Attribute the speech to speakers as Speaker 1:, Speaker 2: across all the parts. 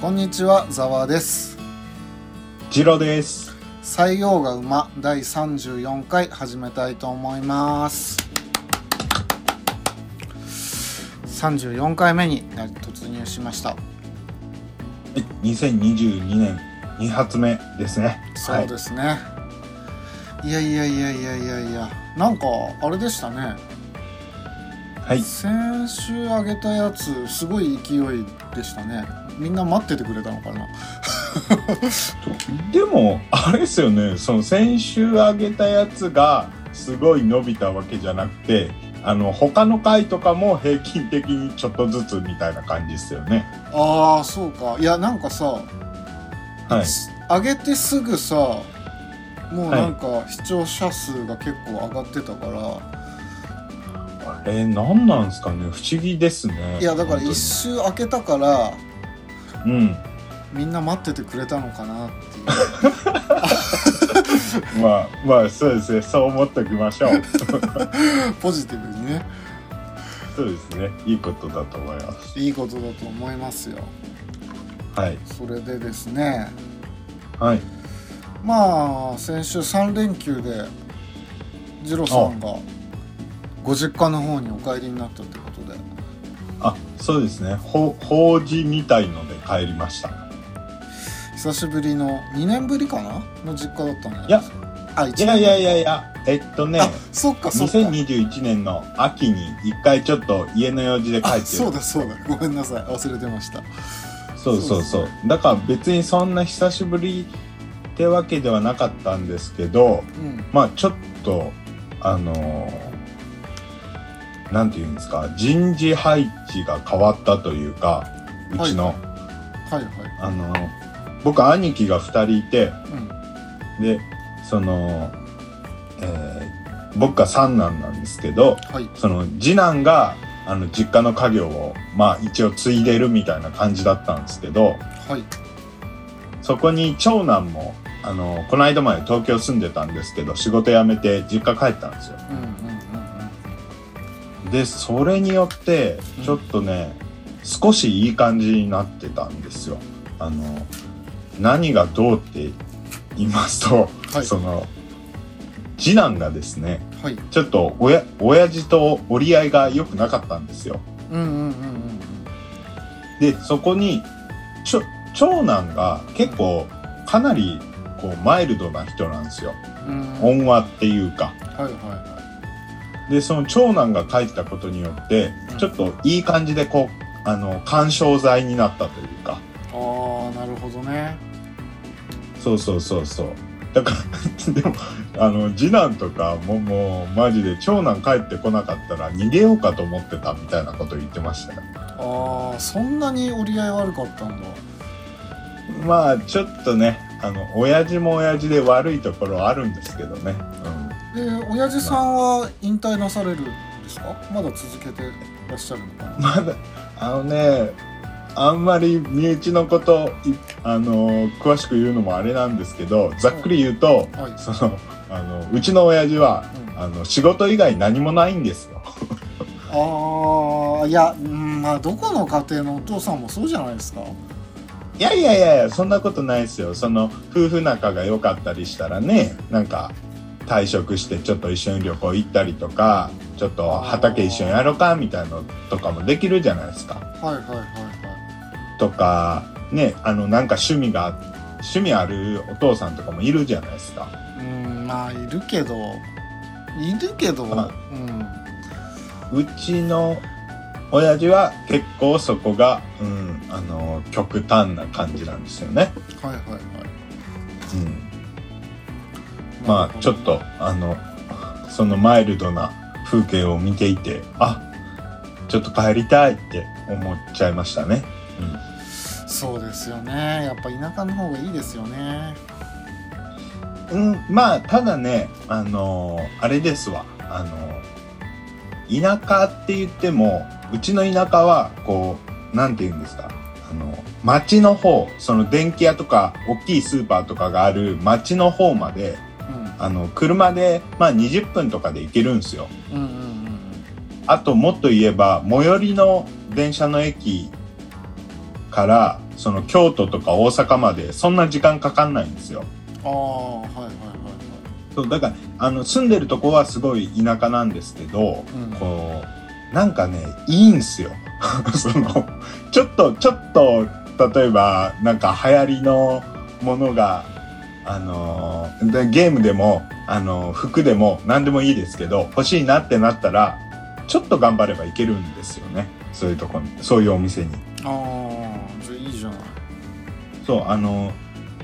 Speaker 1: こんにちは、ざわです。
Speaker 2: ジロです。
Speaker 1: 採用が馬第34回始めたいと思います。34回目になり突入しました。
Speaker 2: はい、2022年2発目ですね。
Speaker 1: そうですね。い、やいやいやいやいやいや、なんかあれでしたね。
Speaker 2: はい。はい、
Speaker 1: 先週あげたやつすごい勢いでしたね。みんな待っててくれたのかな。
Speaker 2: でも、あれですよね、その先週あげたやつがすごい伸びたわけじゃなくて、あの、他の回とかも平均的にちょっとずつみたいな感じですよね。
Speaker 1: ああ、そうか。いやなんかさ、
Speaker 2: はい。
Speaker 1: 上げてすぐさもうなんか視聴者数が結構上がってたから、
Speaker 2: えー、何なんですかね不思議ですね。
Speaker 1: い、やだから一周開けたから
Speaker 2: うん。
Speaker 1: みんな待っててくれたのかな っていう
Speaker 2: まあ、まあ、そうですね。そう思っておきましょう。
Speaker 1: ポジティブにね
Speaker 2: そうですね。いいことだと思います。
Speaker 1: いいことだと思いますよ
Speaker 2: はい。
Speaker 1: それでですね
Speaker 2: はい。
Speaker 1: まあ先週3連休でジロさんがご実家の方にお帰りになったってことで
Speaker 2: あ、そうですね。ほ法事みたいので帰りました。
Speaker 1: 久しぶりの2年ぶりかなの実家だったの
Speaker 2: いや
Speaker 1: あ1
Speaker 2: い
Speaker 1: 年
Speaker 2: やいやいやいや、えっとね、
Speaker 1: あそっかそっか
Speaker 2: 2021年の秋に一回ちょっと家の用事で帰って
Speaker 1: あ
Speaker 2: る。
Speaker 1: そうだそうだごめんなさい忘れてました
Speaker 2: そうそうそう。だから別にそんな久しぶりってわけではなかったんですけど、
Speaker 1: うん
Speaker 2: まあちょっと、あのーなんていうんですか、人事配置が変わったというか、うちの、
Speaker 1: はいはい
Speaker 2: あのー僕兄貴が2人いて、
Speaker 1: うん
Speaker 2: で、その、えー僕が三男なんですけど、
Speaker 1: はい
Speaker 2: その次男があの実家の家業をまあ一応継いでるみたいな感じだったんですけど
Speaker 1: はい
Speaker 2: そこに長男もあのこの間まで東京住んでたんですけど仕事辞めて実家帰ったんですよ
Speaker 1: うんうんうん
Speaker 2: でそれによってちょっとね、少しいい感じになってたんですよあの何がどうって言いますと、
Speaker 1: はい
Speaker 2: その次男がですね
Speaker 1: うんはい
Speaker 2: ちょっと親親父と折り合いが良くなかったんですよ
Speaker 1: うんうんうん
Speaker 2: でそこにちょ長男が結構かなりこうマイルドな人なんですよ
Speaker 1: うんうん
Speaker 2: 恩和っていうか
Speaker 1: はいはいは
Speaker 2: でその長男が帰ったことによって
Speaker 1: うん
Speaker 2: ちょっといい感じでこうあの干渉剤になったというか
Speaker 1: いああなるほどね
Speaker 2: そうそうそうそうだから でもあの次男とかももうマジで長男帰ってこなかったら逃げようかと思ってたみたいなこと言ってましたよ
Speaker 1: ああそんなに折り合い悪かったんだ
Speaker 2: まあちょっとねあの親父も親父で悪いところあるんですけどね、うん、
Speaker 1: で親父さんは引退なされるんですかまだ続けてらっしゃるのかな
Speaker 2: まだあのねあんまり身内のこといあの詳しく言うのもあれなんですけどざっくり言うと、
Speaker 1: はい
Speaker 2: そのあのうちの親父は
Speaker 1: うん
Speaker 2: あの仕事以外何もないんですよ。
Speaker 1: ああいやうんまあどこの家庭のお父さんもそうじゃないですか
Speaker 2: いやいやいやいやそんなことないですよ。その夫婦仲が良かったりしたらねなんか退職してちょっと一緒に旅行行ったりとかちょっと畑一緒にやろうかみたいなのとかもできるじゃないですか。
Speaker 1: はいはいはいはい
Speaker 2: とかねあのなんか趣味が趣味あるお父さんとかもいるじゃないですか。
Speaker 1: うんまあいるけどいるけど、
Speaker 2: まあ
Speaker 1: うん
Speaker 2: うちの親父は結構そこが、うん、あの極端な感じなんですよね。
Speaker 1: はいはいはい
Speaker 2: うん、
Speaker 1: なる
Speaker 2: ま
Speaker 1: ほ
Speaker 2: あ
Speaker 1: ど
Speaker 2: ちょっとあのそのマイルドな風景を見ていてあちょっと帰りたいって思っちゃいましたね。
Speaker 1: そうですよねやっぱ田舎の方がいいですよね
Speaker 2: うん、うん、まあただねあのあれですわあの田舎って言ってもうちの田舎はこうなんて言うんですかあの町の方その電気屋とか大きいスーパーとかがある町の方まであの車で、まあ、20分とかで行けるんですよ。
Speaker 1: うんうんうん
Speaker 2: あともっと言えば最寄りの電車の駅からその京都とか大阪までそんな時間かかんないんですよ。
Speaker 1: ああはいはいはいは
Speaker 2: そうだからあの住んでるとこはすごい田舎なんですけど、
Speaker 1: うん
Speaker 2: こうなんかねいいんすよ そのちょっとちょっと例えばなんか流行りのものがあのーでゲームでもあのー服でも何でもいいですけど欲しいなってなったらちょっと頑張ればいけるんですよねそういうとこにそういうお店に。
Speaker 1: いああじゃあいいじゃない
Speaker 2: そうあの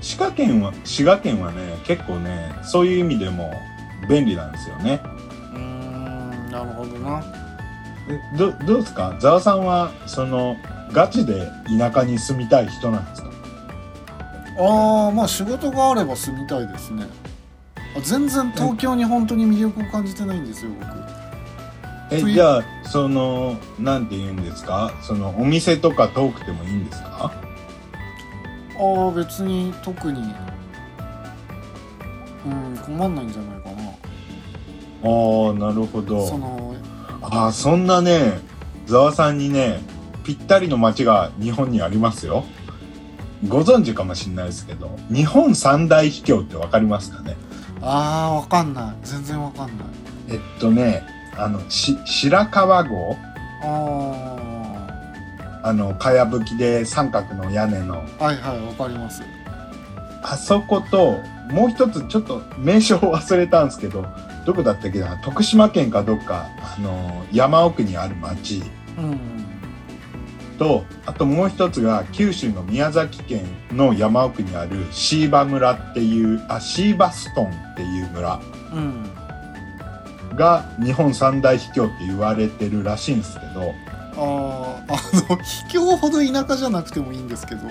Speaker 2: 滋賀県は滋賀県はね結構ねそういう意味でも便利なんですよね。
Speaker 1: うーんなるほどな
Speaker 2: えどどうですかざわさんはそのガチで田舎に住みたい人なんですか
Speaker 1: ああまあ仕事があれば住みたいですねあ全然東京に本当に魅力を感じてないんですよ僕
Speaker 2: え
Speaker 1: そういう
Speaker 2: じゃあそのなんて言うんですかそのお店とか遠くてもいいんですか
Speaker 1: ああ別に特にうん困んないんじゃないかな
Speaker 2: ああなるほ
Speaker 1: そ
Speaker 2: ど
Speaker 1: の
Speaker 2: ああそんなねざわさんにねぴったりの街が日本にありますよご存知かもしれないですけど日本三大秘境ってわかりますかね
Speaker 1: ああわかんない全然わかんない
Speaker 2: えっとねあのし白川郷
Speaker 1: あ
Speaker 2: あのかやぶきで三角の屋根の
Speaker 1: あはいはいわかります
Speaker 2: あそこと、もう一つちょっと名称を忘れたんですけど、 どこだったっけな、徳島県かどっか、あの山奥にある町
Speaker 1: うん
Speaker 2: と、あともう一つが九州の宮崎県の山奥にある椎葉村っていう、あ、椎葉ストンっていう村
Speaker 1: うん
Speaker 2: が日本三大秘境って言われてるらしいんですけど、
Speaker 1: あーあの秘境ほど田舎じゃなくてもいいんですけど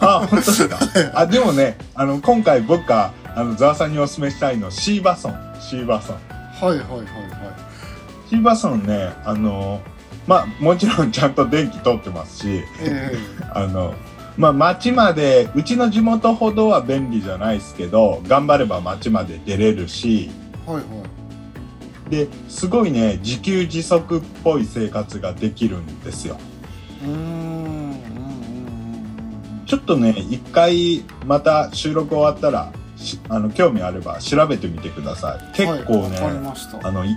Speaker 2: あ、本当ですか。あ、でもね、あの、今回僕が、あの、ザワさんにお勧めしたいの、椎葉村、椎葉村。
Speaker 1: はいはいはいは
Speaker 2: シーバソンね、あの、まあ、もちろん ちゃんと電気通ってますし、
Speaker 1: いえ
Speaker 2: あの、まあ、町まで、うちの地元ほどは便利じゃないですけど、頑張れば町まで出れるし、
Speaker 1: えはいは
Speaker 2: で、すごいね、自給自足っぽい生活ができるんですよ。
Speaker 1: いうーんうんうん
Speaker 2: ちょっとね、一回、また収録終わったら、しあの、興味あれば調べてみてください。結構
Speaker 1: は
Speaker 2: ね、
Speaker 1: い、わかりました
Speaker 2: あの、い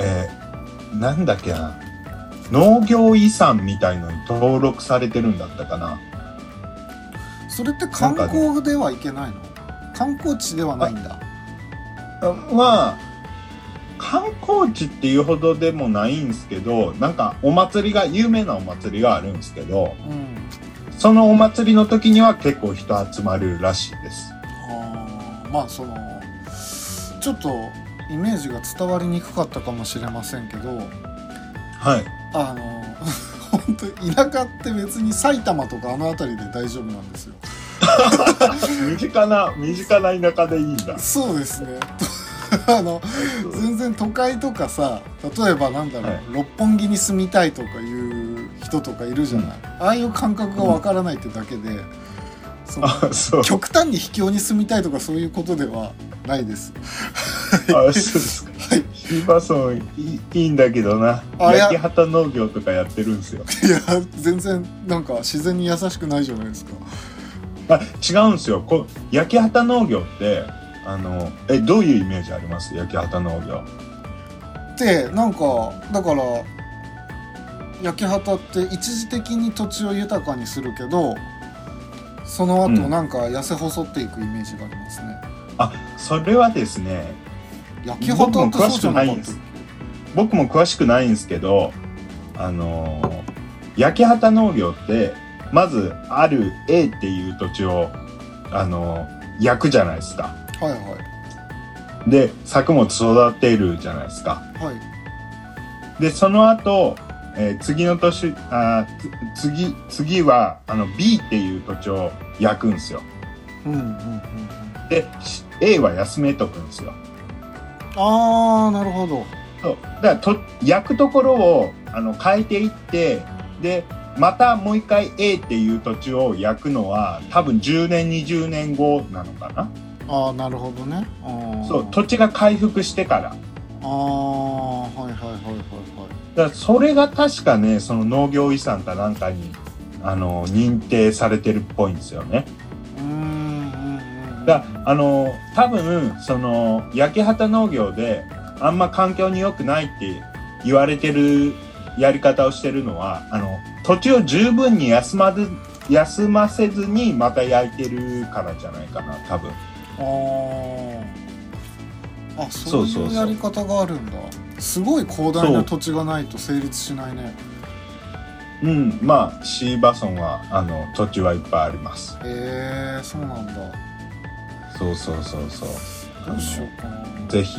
Speaker 2: えーなんだっけな、農業遺産みたいのに登録されてるんだったかな。
Speaker 1: それって観光ではいけないの、観光地ではないんだ
Speaker 2: あまあ、観光地っていうほどでもないんですけど、なんかお祭りが、有名なお祭りがあるんですけど、
Speaker 1: うん
Speaker 2: そのお祭りの時には結構人集まるらしいです。
Speaker 1: あーまあそのちょっとイメージが伝わりにくかったかもしれませんけど
Speaker 2: はい。
Speaker 1: あの 本当田舎って別に埼玉とかあの辺りで大丈夫なん ですよ
Speaker 2: 身近な、身近な田舎でいいん だ。
Speaker 1: そうですねあの全然都会とかさ例えばなんだろう、
Speaker 2: はい
Speaker 1: 六本木に住みたいとかいう人とかいるじゃない、ああいう感覚がわからないってだけで、その
Speaker 2: あ、そう。
Speaker 1: 極端に秘境に住みたいとかそういうことではない です
Speaker 2: あ、そうですか。
Speaker 1: はい
Speaker 2: シーバソンいいいいんだけどな。
Speaker 1: あいや
Speaker 2: 焼き畑農業とかやってるんですよ。
Speaker 1: いや全然なんか自然に優しくないじゃないですか
Speaker 2: あ違うんですよこ焼き畑農業ってあのえどういうイメージあります焼き畑農業
Speaker 1: でなんかだから焼き畑って一時的に土地を豊かにするけどその後
Speaker 2: うん
Speaker 1: なんか痩せ細っていくイメージがありますね、
Speaker 2: あそれはですね
Speaker 1: 焼き畑ってそうじゃなかっ
Speaker 2: 僕も詳しくな
Speaker 1: た
Speaker 2: いんです僕も詳しくないんですけどあの焼き畑農業ってまずある A っていう土地をあの焼くじゃないですか
Speaker 1: はいは
Speaker 2: で作物育てるじゃないですか
Speaker 1: いはい
Speaker 2: でその後、えー次の年あーつ次次はあの B っていう土地を焼くんですよ
Speaker 1: うんうんうんうん
Speaker 2: で A は休めとくんですよ
Speaker 1: ああなるほど
Speaker 2: そうだからと焼くところをあの変えていってでまたもう一回 A っていう土地を焼くのは多分10年20年後なのかな
Speaker 1: ああなるほどねあー
Speaker 2: そう土地が回復してから
Speaker 1: ああはいはいはいはいはい
Speaker 2: だからそれが確かねその農業遺産かなんかにあの認定されてるっぽいんですよね。
Speaker 1: うんうんうん
Speaker 2: だあの多分その焼き畑農業であんま環境に良くないって言われてるやり方をしてるのはあの土地を十分に休まず休ませずにまた焼いてるからじゃないかな多分
Speaker 1: あーあ
Speaker 2: そ
Speaker 1: そうう
Speaker 2: そ
Speaker 1: い
Speaker 2: うそう
Speaker 1: うやり方があるんだすごい広大な土地がないと成立しないね
Speaker 2: うんまあシーバソンはあの土地はいっぱいあります
Speaker 1: えー、そうなんだ
Speaker 2: そうそうそうそう
Speaker 1: どうしようかな
Speaker 2: ぜひ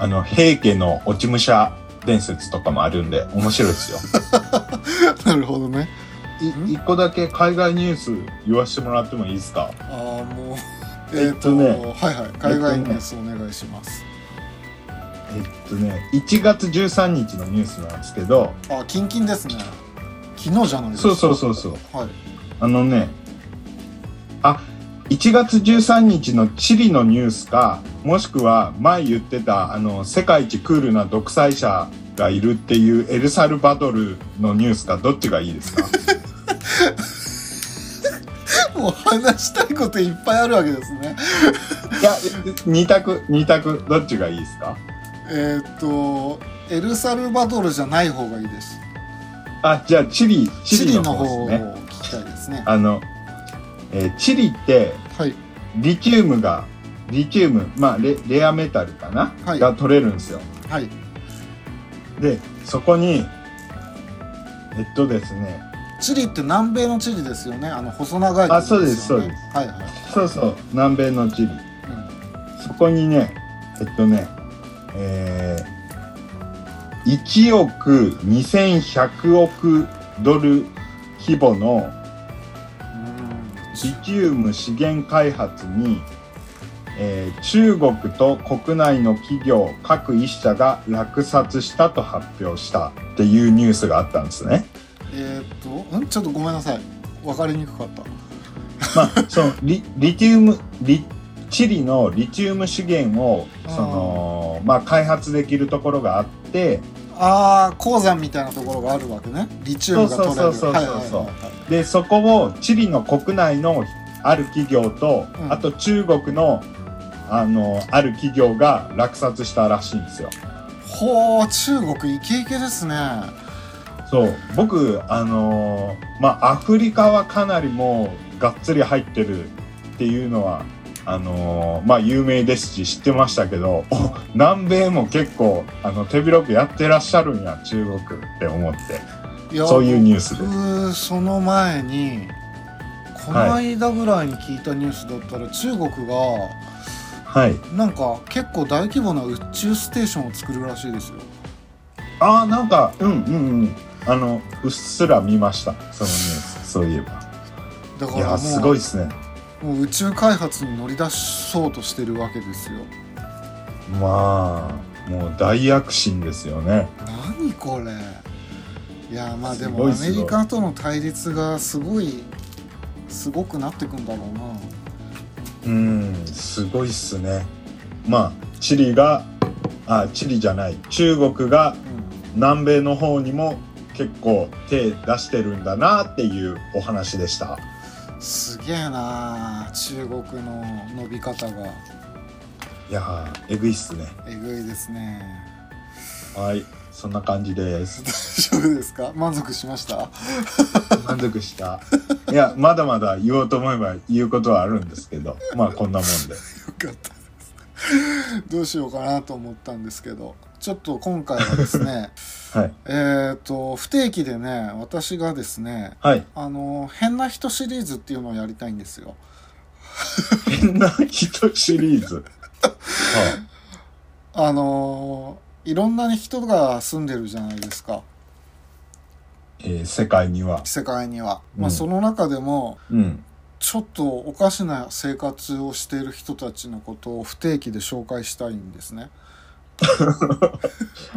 Speaker 2: あの平家の落ち武者伝説とかもあるんで面白いですよ
Speaker 1: なるほどね
Speaker 2: い一個だけ海外ニュース言わせてもらってもいいですか
Speaker 1: ああもうえ
Speaker 2: えっ
Speaker 1: っ、
Speaker 2: と
Speaker 1: と
Speaker 2: ね
Speaker 1: はいはい海外ニュースお願いします、
Speaker 2: えっとね1月13日のニュースなんですけど
Speaker 1: あキンキンですね昨日じゃないです
Speaker 2: そうそうそうそう
Speaker 1: うはい
Speaker 2: あのねあ1月13日のチリのニュースかもしくは前言ってたあの世界一クールな独裁者がいるっていうエルサルバドルのニュースかどっちがいいで すか
Speaker 1: もう話したいこといっぱいあるわけですね
Speaker 2: いや2択2択どっちがいいですか
Speaker 1: えっ、とエルサルバドルじゃない方がいいです
Speaker 2: あじゃあチリチ
Speaker 1: チ
Speaker 2: リ
Speaker 1: リ
Speaker 2: の
Speaker 1: の
Speaker 2: 方
Speaker 1: 方
Speaker 2: です
Speaker 1: を
Speaker 2: ね。
Speaker 1: 聞きたいですね
Speaker 2: あの、えーチリって
Speaker 1: はい
Speaker 2: リチウムがリチウムまあレレアメタルかな、
Speaker 1: はい
Speaker 2: が取れるんですよ。
Speaker 1: はい
Speaker 2: でそこにえっとですね
Speaker 1: チリって南米のチリですよねあの細長い、
Speaker 2: あそうですそうです
Speaker 1: はいはい、
Speaker 2: そうそう南米のチリ
Speaker 1: うん
Speaker 2: そこにねえっとねえー、1億2100億ドル規模のリチウム資源開発に、えー中国と国内の企業各一社が落札したと発表したっていうニュースがあったんです ね。
Speaker 1: えっ、とうんちょっとごめんなさいわかりにくかった
Speaker 2: まあ、そのリリチウムリチリのリチウム資源をそのまあ、開発できるところがあって
Speaker 1: ああ鉱山みたいなところがあるわけねリチウムが取れる
Speaker 2: そうそうそうそうそう
Speaker 1: はいはいはい
Speaker 2: でそこをチリの国内のある企業と、
Speaker 1: うん
Speaker 2: あと中国のあのある企業が落札したらしいんですよ。
Speaker 1: ほう中国イケイケですね
Speaker 2: そう僕あのーまあアフリカはかなりもうがっつり入ってるっていうのはあのーまあ有名ですし知ってましたけどお南米も結構あの手広くやってらっしゃるんや中国って思って
Speaker 1: いや
Speaker 2: そういうニュースです。
Speaker 1: 僕その前にこの間ぐらいに聞いたニュースだったら、中国が
Speaker 2: はい、
Speaker 1: なんか結構大規模な宇宙ステーションを作るらしいですよ
Speaker 2: ああなんかうんうんうんあのうっすら見ましたそのニュースそういえば。
Speaker 1: だか
Speaker 2: いや
Speaker 1: ら
Speaker 2: ーすご
Speaker 1: も
Speaker 2: いですね。
Speaker 1: うもう宇宙開発に乗り出そうとしてるわけですよ
Speaker 2: まあもう大躍進ですよね。
Speaker 1: 何これいやまあです
Speaker 2: ご
Speaker 1: も
Speaker 2: い
Speaker 1: ア
Speaker 2: す
Speaker 1: メ
Speaker 2: ごい
Speaker 1: リカとの対立がすごいすごくなってくんだろうな
Speaker 2: うん、すごいっすね。まあ、チリが、あ、チリじゃない、中国が南米の方にも結構手出してるんだなっていうお話でした。
Speaker 1: うん、すげえな中国の伸び方が
Speaker 2: いやー、えぐいっすね。
Speaker 1: えぐいですね
Speaker 2: はい、そんな感じです。
Speaker 1: 大丈夫ですか満足しました
Speaker 2: 満足した。いや、まだまだ言おうと思えば言うことはあるんですけど、まあこんなもんで。
Speaker 1: よかったですどうしようかなと思ったんですけどちょっと今回はですね
Speaker 2: はい。
Speaker 1: えっと不定期でね私がですね
Speaker 2: はい。
Speaker 1: あの変な人シリーズっていうのをやりたいんですよ
Speaker 2: 変な人シリーズ。はい。
Speaker 1: あのいろんな人が住んでるじゃないですか
Speaker 2: えー世界には。
Speaker 1: 世界には、
Speaker 2: う
Speaker 1: ま
Speaker 2: ん
Speaker 1: あ、その中でも
Speaker 2: うん。
Speaker 1: ちょっとおかしな生活をしている人たちのことを不定期で紹介したいんですね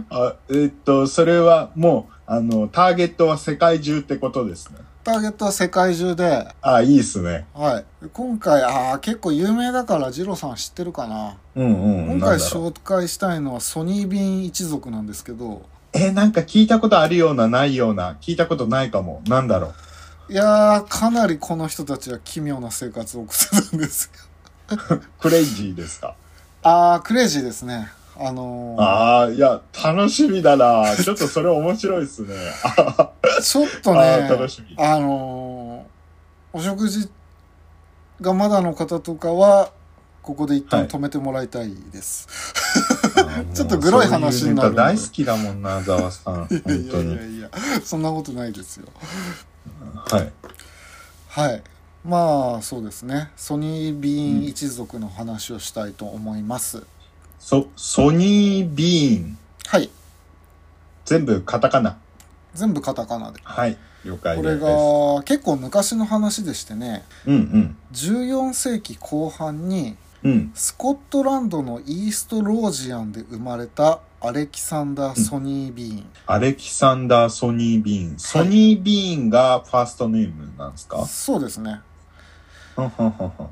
Speaker 2: あえっと、それはもう、あの、ターゲットは世界中ってことですね。
Speaker 1: ターゲットは世界中で
Speaker 2: あ、いいっすね。
Speaker 1: はい、今回あー結構有名だからジロさん知ってるかな、
Speaker 2: うんうん。
Speaker 1: 今回
Speaker 2: なんだろう
Speaker 1: 紹介したいのはソニー・ビン一族なんですけど
Speaker 2: え、なんか聞いたことあるような、ないような、聞いたことないかも。なんだろ
Speaker 1: いやーかなりこの人たちは奇妙な生活を送ってたんですよ
Speaker 2: クレイジーですか
Speaker 1: あークレイジーですねあのー
Speaker 2: ああ、いや、楽しみだな。ちょっとそれ面白いですね。あ
Speaker 1: ちょっと
Speaker 2: あ、
Speaker 1: ね
Speaker 2: 楽しみ。
Speaker 1: あのーお食事がまだの方とかはここで一旦止めてもらいたいです、 ちょっとグロい話になる
Speaker 2: そういうネタ大好きだもんな、ざわさん。本
Speaker 1: いやい
Speaker 2: 当
Speaker 1: やい
Speaker 2: に
Speaker 1: や。いや、そんなことないですよ。
Speaker 2: はい。
Speaker 1: はい。まあ、そうですね。ソニー・ビーン一族の話をしたいと思います。
Speaker 2: そ、ソニー・ビーン。
Speaker 1: はい。
Speaker 2: 全部カタカナ。
Speaker 1: 全部カタカナで。
Speaker 2: はい。了解
Speaker 1: こ
Speaker 2: で
Speaker 1: れ
Speaker 2: す。
Speaker 1: が結構昔の話でしてね、
Speaker 2: うん
Speaker 1: 14世紀後半に
Speaker 2: うん。うん。
Speaker 1: スコットランドのイーストロージアンで生まれたアレキサンダー・ソニー・ビーン。
Speaker 2: アレキサンダー・ソニー・ビーン。ソニー・ビーンがファーストネームなんで すか、
Speaker 1: そうですね。
Speaker 2: はんはんはんはん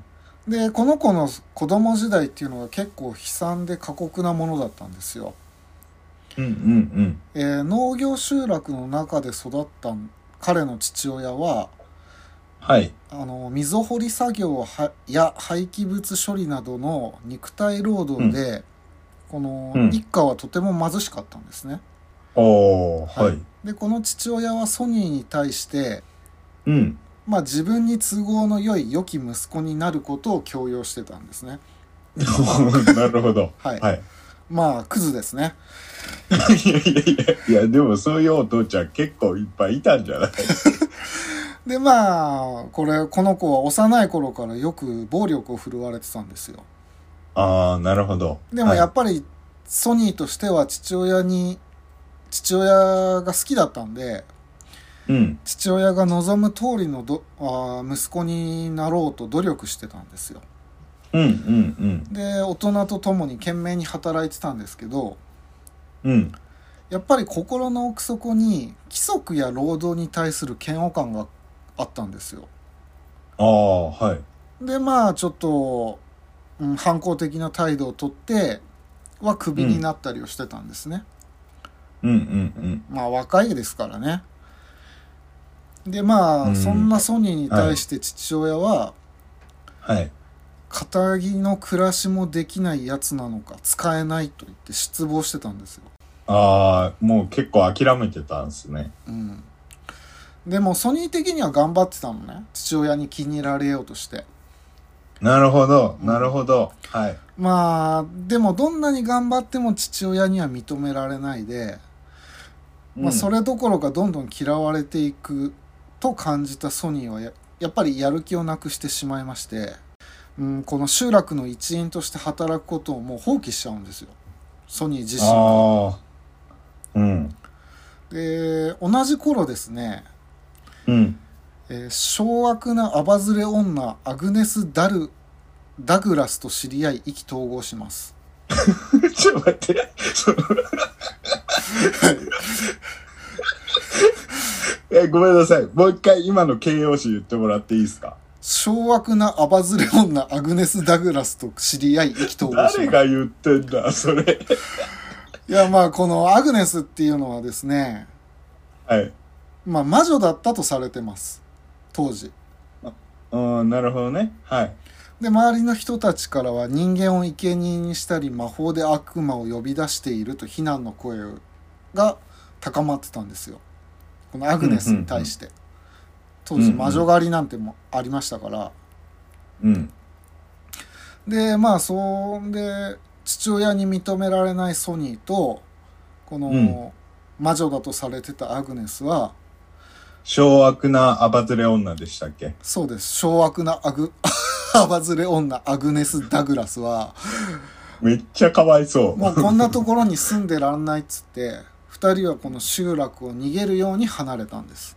Speaker 1: で、この子の子供時代っていうのが結構悲惨で過酷なものだったんですよ。
Speaker 2: うんうん
Speaker 1: えー農業集落の中で育った彼の父親は
Speaker 2: うん。はい。
Speaker 1: あの溝掘り作業はや廃棄物処理などの肉体労働で、この
Speaker 2: うん
Speaker 1: 一家はとても貧しかったんですね。
Speaker 2: おー、はい。
Speaker 1: でこの父親はソニーに対して、
Speaker 2: うん。
Speaker 1: まあ、自分に都合の良い良き息子になることを強要してたんですね。
Speaker 2: なるほど。
Speaker 1: はい
Speaker 2: はい。
Speaker 1: まあクズですね。
Speaker 2: いやいやいや、いや、でもそういうお父ちゃん結構いっぱいいたんじゃない
Speaker 1: でまあこれこの子は幼い頃からよく暴力を振るわれてたんですよ。
Speaker 2: ああ、なるほど。
Speaker 1: でもや
Speaker 2: っ
Speaker 1: っぱりソニーとしては父親に父親が好きだったんで
Speaker 2: ぱ、うん。
Speaker 1: 父親が望む通りのどあー息子になろうと努力してたんですよ
Speaker 2: うんうん
Speaker 1: で大人と共に懸命に働いてたんですけど
Speaker 2: うん。うん。
Speaker 1: やっぱり心の奥底に規則や労働に対する嫌悪感があったんですよ
Speaker 2: ああ、はい。
Speaker 1: でまあちょっと、うん、反抗的な態度をとってはクビになったりをしてたんですね、
Speaker 2: うんうん
Speaker 1: まあ若いですからね。でまあ、
Speaker 2: うん
Speaker 1: そんなソニーに対して父親は、
Speaker 2: うん。はい。
Speaker 1: 堅気の暮らしもできないやつなのか使えないと言って失望してたんですよ。
Speaker 2: ああ、もう結構諦めてたんですね。
Speaker 1: うん、でもソニー的には頑張ってたのね父親に気に入られようとして。
Speaker 2: なるほど、
Speaker 1: うん
Speaker 2: なるほど。はい。
Speaker 1: まあでもどんなに頑張っても父親には認められないで、まあ、そ
Speaker 2: れ。
Speaker 1: れどころかどんどん嫌われていくと感じたソニーはややっぱりやる気をなくしてしまいまして、うん、この集落の一員として働くことをもう放棄しちゃうんですよソニー自身
Speaker 2: ああ。うん。
Speaker 1: で同じ頃ですね、
Speaker 2: うん。
Speaker 1: えー小悪なアバズレ女アグネス・ダルダグラスと知り合い意気投合します
Speaker 2: ちょっと待って。 そのえ、ごめんなさい。もう一回今の形容詞言ってもらっていいですか
Speaker 1: 小悪なアバズレ女アグネス・ダグラスと知り合い意気投合します
Speaker 2: 誰が言ってんだ、それ。
Speaker 1: いやまあこのアグネスっていうのはですね
Speaker 2: はい。
Speaker 1: まあ、魔女だったとされてます当時
Speaker 2: うん、なるほどね。はい。
Speaker 1: で周りの人たちからは人間を生贄にしたり魔法で悪魔を呼び出していると非難の声が高まってたんですよこのアグネスに対して、当時魔女狩りなんてもありましたから、
Speaker 2: うん。
Speaker 1: でまあそんで父親に認められないソニーとこ
Speaker 2: うん
Speaker 1: の魔女だとされてたアグネスは
Speaker 2: 小悪なアバズレ女でしたっけ
Speaker 1: そうです小悪なアグ アバズレ女アグネス・ダグラスは
Speaker 2: めっちゃかわいそう。
Speaker 1: もうこんなところに住んでらんないっつって2人はこの集落を逃げるように離れたんです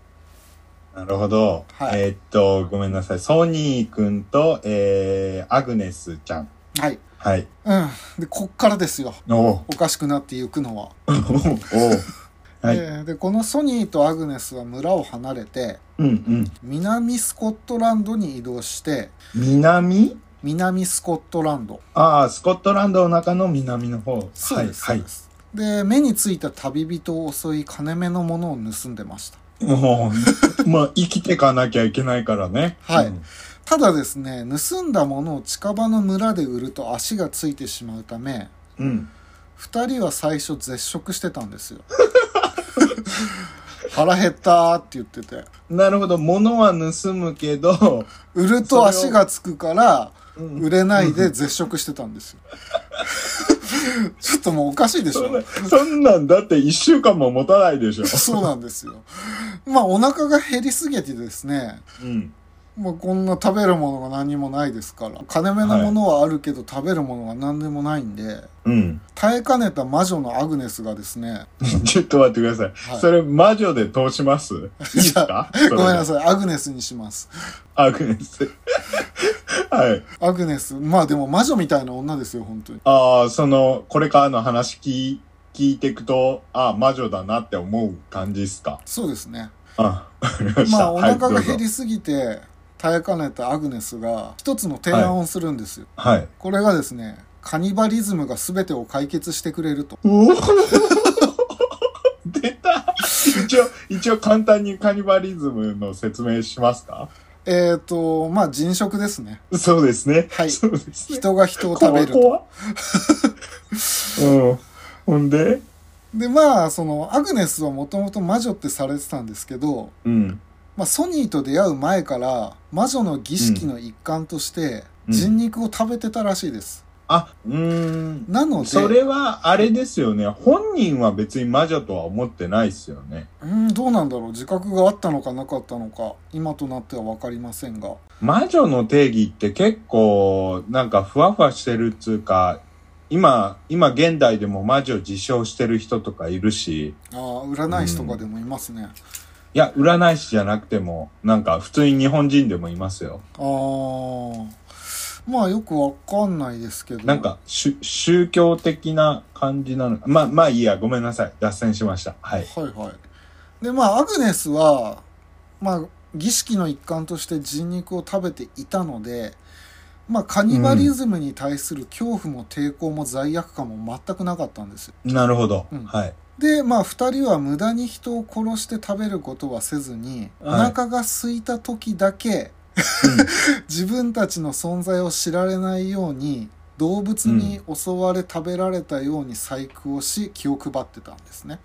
Speaker 2: なるほど。
Speaker 1: はい
Speaker 2: えーっと、ごめんなさい。ソニーくんと、えー、アグネスちゃん。
Speaker 1: はい
Speaker 2: はい。
Speaker 1: うんでこっからですよ
Speaker 2: お お
Speaker 1: おかしくなっていくのは、
Speaker 2: おおはい。
Speaker 1: えーでこのソニーとアグネスは村を離れて
Speaker 2: うんうん。
Speaker 1: 南スコットランドに移動して
Speaker 2: 南
Speaker 1: 南スコットランド
Speaker 2: ああ、スコットランドの中の南の方。
Speaker 1: そうです、
Speaker 2: はい。
Speaker 1: そうですで目についた旅人を襲い金目のものを盗んでました
Speaker 2: もう、 まあ、生きてかなきゃいけないからね。
Speaker 1: はい
Speaker 2: うん
Speaker 1: ただですね盗んだものを近場の村で売ると足がついてしまうため
Speaker 2: うん。
Speaker 1: 2人は最初絶食してたんですよ腹減ったーって言ってて
Speaker 2: なるほど。物は盗むけど、
Speaker 1: 売ると足がつくから
Speaker 2: うん
Speaker 1: 売れないで絶食してたんですよちょっともうおかしいでし
Speaker 2: そんな
Speaker 1: ょ
Speaker 2: そんなんだって一週間も持たないでしょ。
Speaker 1: そうなんですよまあお腹が減りすぎてですね
Speaker 2: うん。
Speaker 1: まあ、こんな食べるものが何もないですから金目のものはあるけど食べるものが何でもないんで、
Speaker 2: うん。
Speaker 1: 耐えかねた魔女のアグネスがですね
Speaker 2: ちょっと待ってください。
Speaker 1: はい
Speaker 2: それ、魔女で通しますいいですか
Speaker 1: ごめんな
Speaker 2: さい。
Speaker 1: さいアグネスにします
Speaker 2: アグネス。 はい。
Speaker 1: アグネスまあでも魔女みたいな女ですよ本当に
Speaker 2: ああ、その、これからの話聞い聞いていくと、ああ、魔女だなって思う感じですか
Speaker 1: そうですね
Speaker 2: あわかりました。
Speaker 1: まあお腹が
Speaker 2: はい、どう
Speaker 1: 減
Speaker 2: ぞ
Speaker 1: りすぎて耐えかねたアグネスが一つの提案をするんですよ、
Speaker 2: はい。
Speaker 1: これがですねカニバリズムが全てを解決してくれると
Speaker 2: うお 出た一応、一応簡単にカニバリズムの説明しますか
Speaker 1: えっ、ー、とまあ人食ですね
Speaker 2: そうですね。
Speaker 1: はい
Speaker 2: そうですね。
Speaker 1: 人が人を食べると
Speaker 2: 怖怖うん。ほんで
Speaker 1: でまあそのアグネスはもともと魔女ってされてたんですけど、
Speaker 2: うん。
Speaker 1: まあ、ソニーと出会う前から魔女の儀式の一環として
Speaker 2: うん
Speaker 1: 人肉を食べてたらしいです、
Speaker 2: あ、うーん。
Speaker 1: なの
Speaker 2: そ
Speaker 1: で
Speaker 2: れは、あれですよね。本人は別に魔女とは思ってないですよね。
Speaker 1: うんどうなんだろう自覚があったのかなかったのか今となっては分かりませんが
Speaker 2: 魔女の定義って結構、なんかふわふわしてるっつうか、今、今現代でも魔女自称してる人とかいるし、
Speaker 1: ああ占い師とかでもいますね、
Speaker 2: いや、占い師じゃなくても、なんか普通に日本人でもいますよ。
Speaker 1: ああまあよく分かんないですけど
Speaker 2: なんか、しゅ宗教的な感じなのか。まあ、まあいいや、ごめんなさい。脱線しました。はい。
Speaker 1: はいはいでまあアグネスはまあ儀式の一環として人肉を食べていたのでまあカニバリズムに対する恐怖も抵抗も罪悪感も全くなかったんですよ
Speaker 2: なるほど。
Speaker 1: うん
Speaker 2: はい。
Speaker 1: でまあ2人は無駄に人を殺して食べることはせずにお
Speaker 2: はい
Speaker 1: 腹が空いた時だけ、 自分たちの存在を知られないように動物に襲われ食べられたように細工をし気を配ってたんですね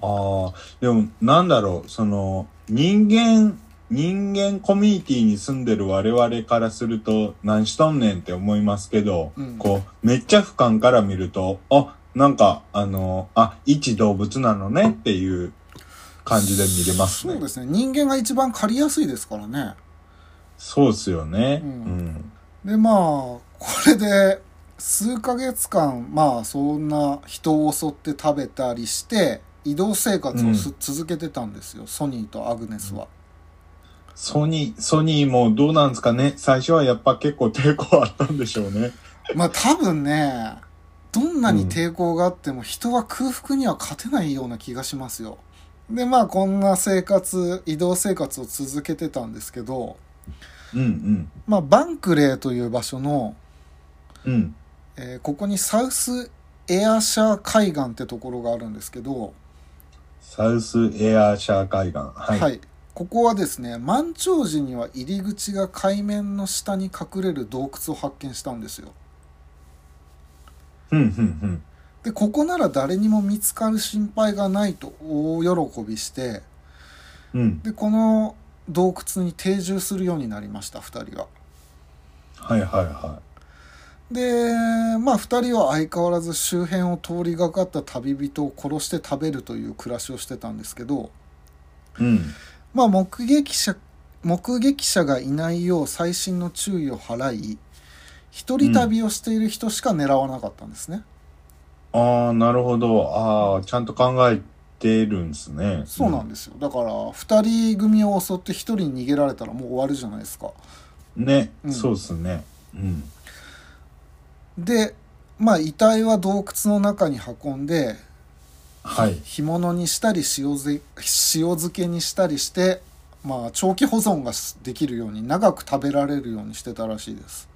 Speaker 2: ああ、でもなんだろう、その、人間、人間コミュニティに住んでる我々からすると、何しとんねんって思いますけど、
Speaker 1: うん
Speaker 2: こう、めっちゃ俯瞰から見ると、あ、なんか、あの、あ、一動物なのねっていう感じで見れます
Speaker 1: そう
Speaker 2: ね
Speaker 1: で。すね人間が一番借りやすいですからね
Speaker 2: そうっすよね。
Speaker 1: う
Speaker 2: うんん。
Speaker 1: でまあこれで数ヶ月間まあそんな人を襲って食べたりして移動生活をす
Speaker 2: う
Speaker 1: 続けてたんですよソニーとアグネスは、
Speaker 2: ソニー、ソニーもどうなんですかね最初はやっぱ結構抵抗あったんでしょうね。
Speaker 1: まあ多分ねどんなに抵抗があっても人は空腹には勝てないような気がしますよでまあこんな生活移動生活を続けてたんですけど
Speaker 2: うん
Speaker 1: まあバンクレーという場所の
Speaker 2: うん。うん。
Speaker 1: えーここにサウスエアシャー海岸ってところがあるんですけど、
Speaker 2: サウスエアーシャー海岸。は。
Speaker 1: はいいここはですね満潮時には入り口が海面の下に隠れる洞窟を発見したんですよ
Speaker 2: うんうんうん。
Speaker 1: でここなら誰にも見つかる心配がないと大喜びして
Speaker 2: うん。
Speaker 1: でこの洞窟に定住するようになりました2人は
Speaker 2: はいはいは
Speaker 1: でまあ2人は相変わらず周辺を通りがかった旅人を殺して食べるという暮らしをしてたんですけど、
Speaker 2: い。うん。
Speaker 1: まあ、目撃者目撃者がいないよう細心の注意を払い一人旅をしている人しか狙わなかったんですね、
Speaker 2: ああ、なるほど。ああ、ちゃんと考えてるんですね。
Speaker 1: そうなんですよだから二人組を襲って一人逃げられたらもう終わるじゃないですか
Speaker 2: うんね、
Speaker 1: うん
Speaker 2: そうですね。うん。
Speaker 1: でまあ遺体は洞窟の中に運んで
Speaker 2: はい。
Speaker 1: 干物にしたり塩ぜ塩漬けにしたりしてまあ長期保存ができるように長く食べられるようにしてたらしいです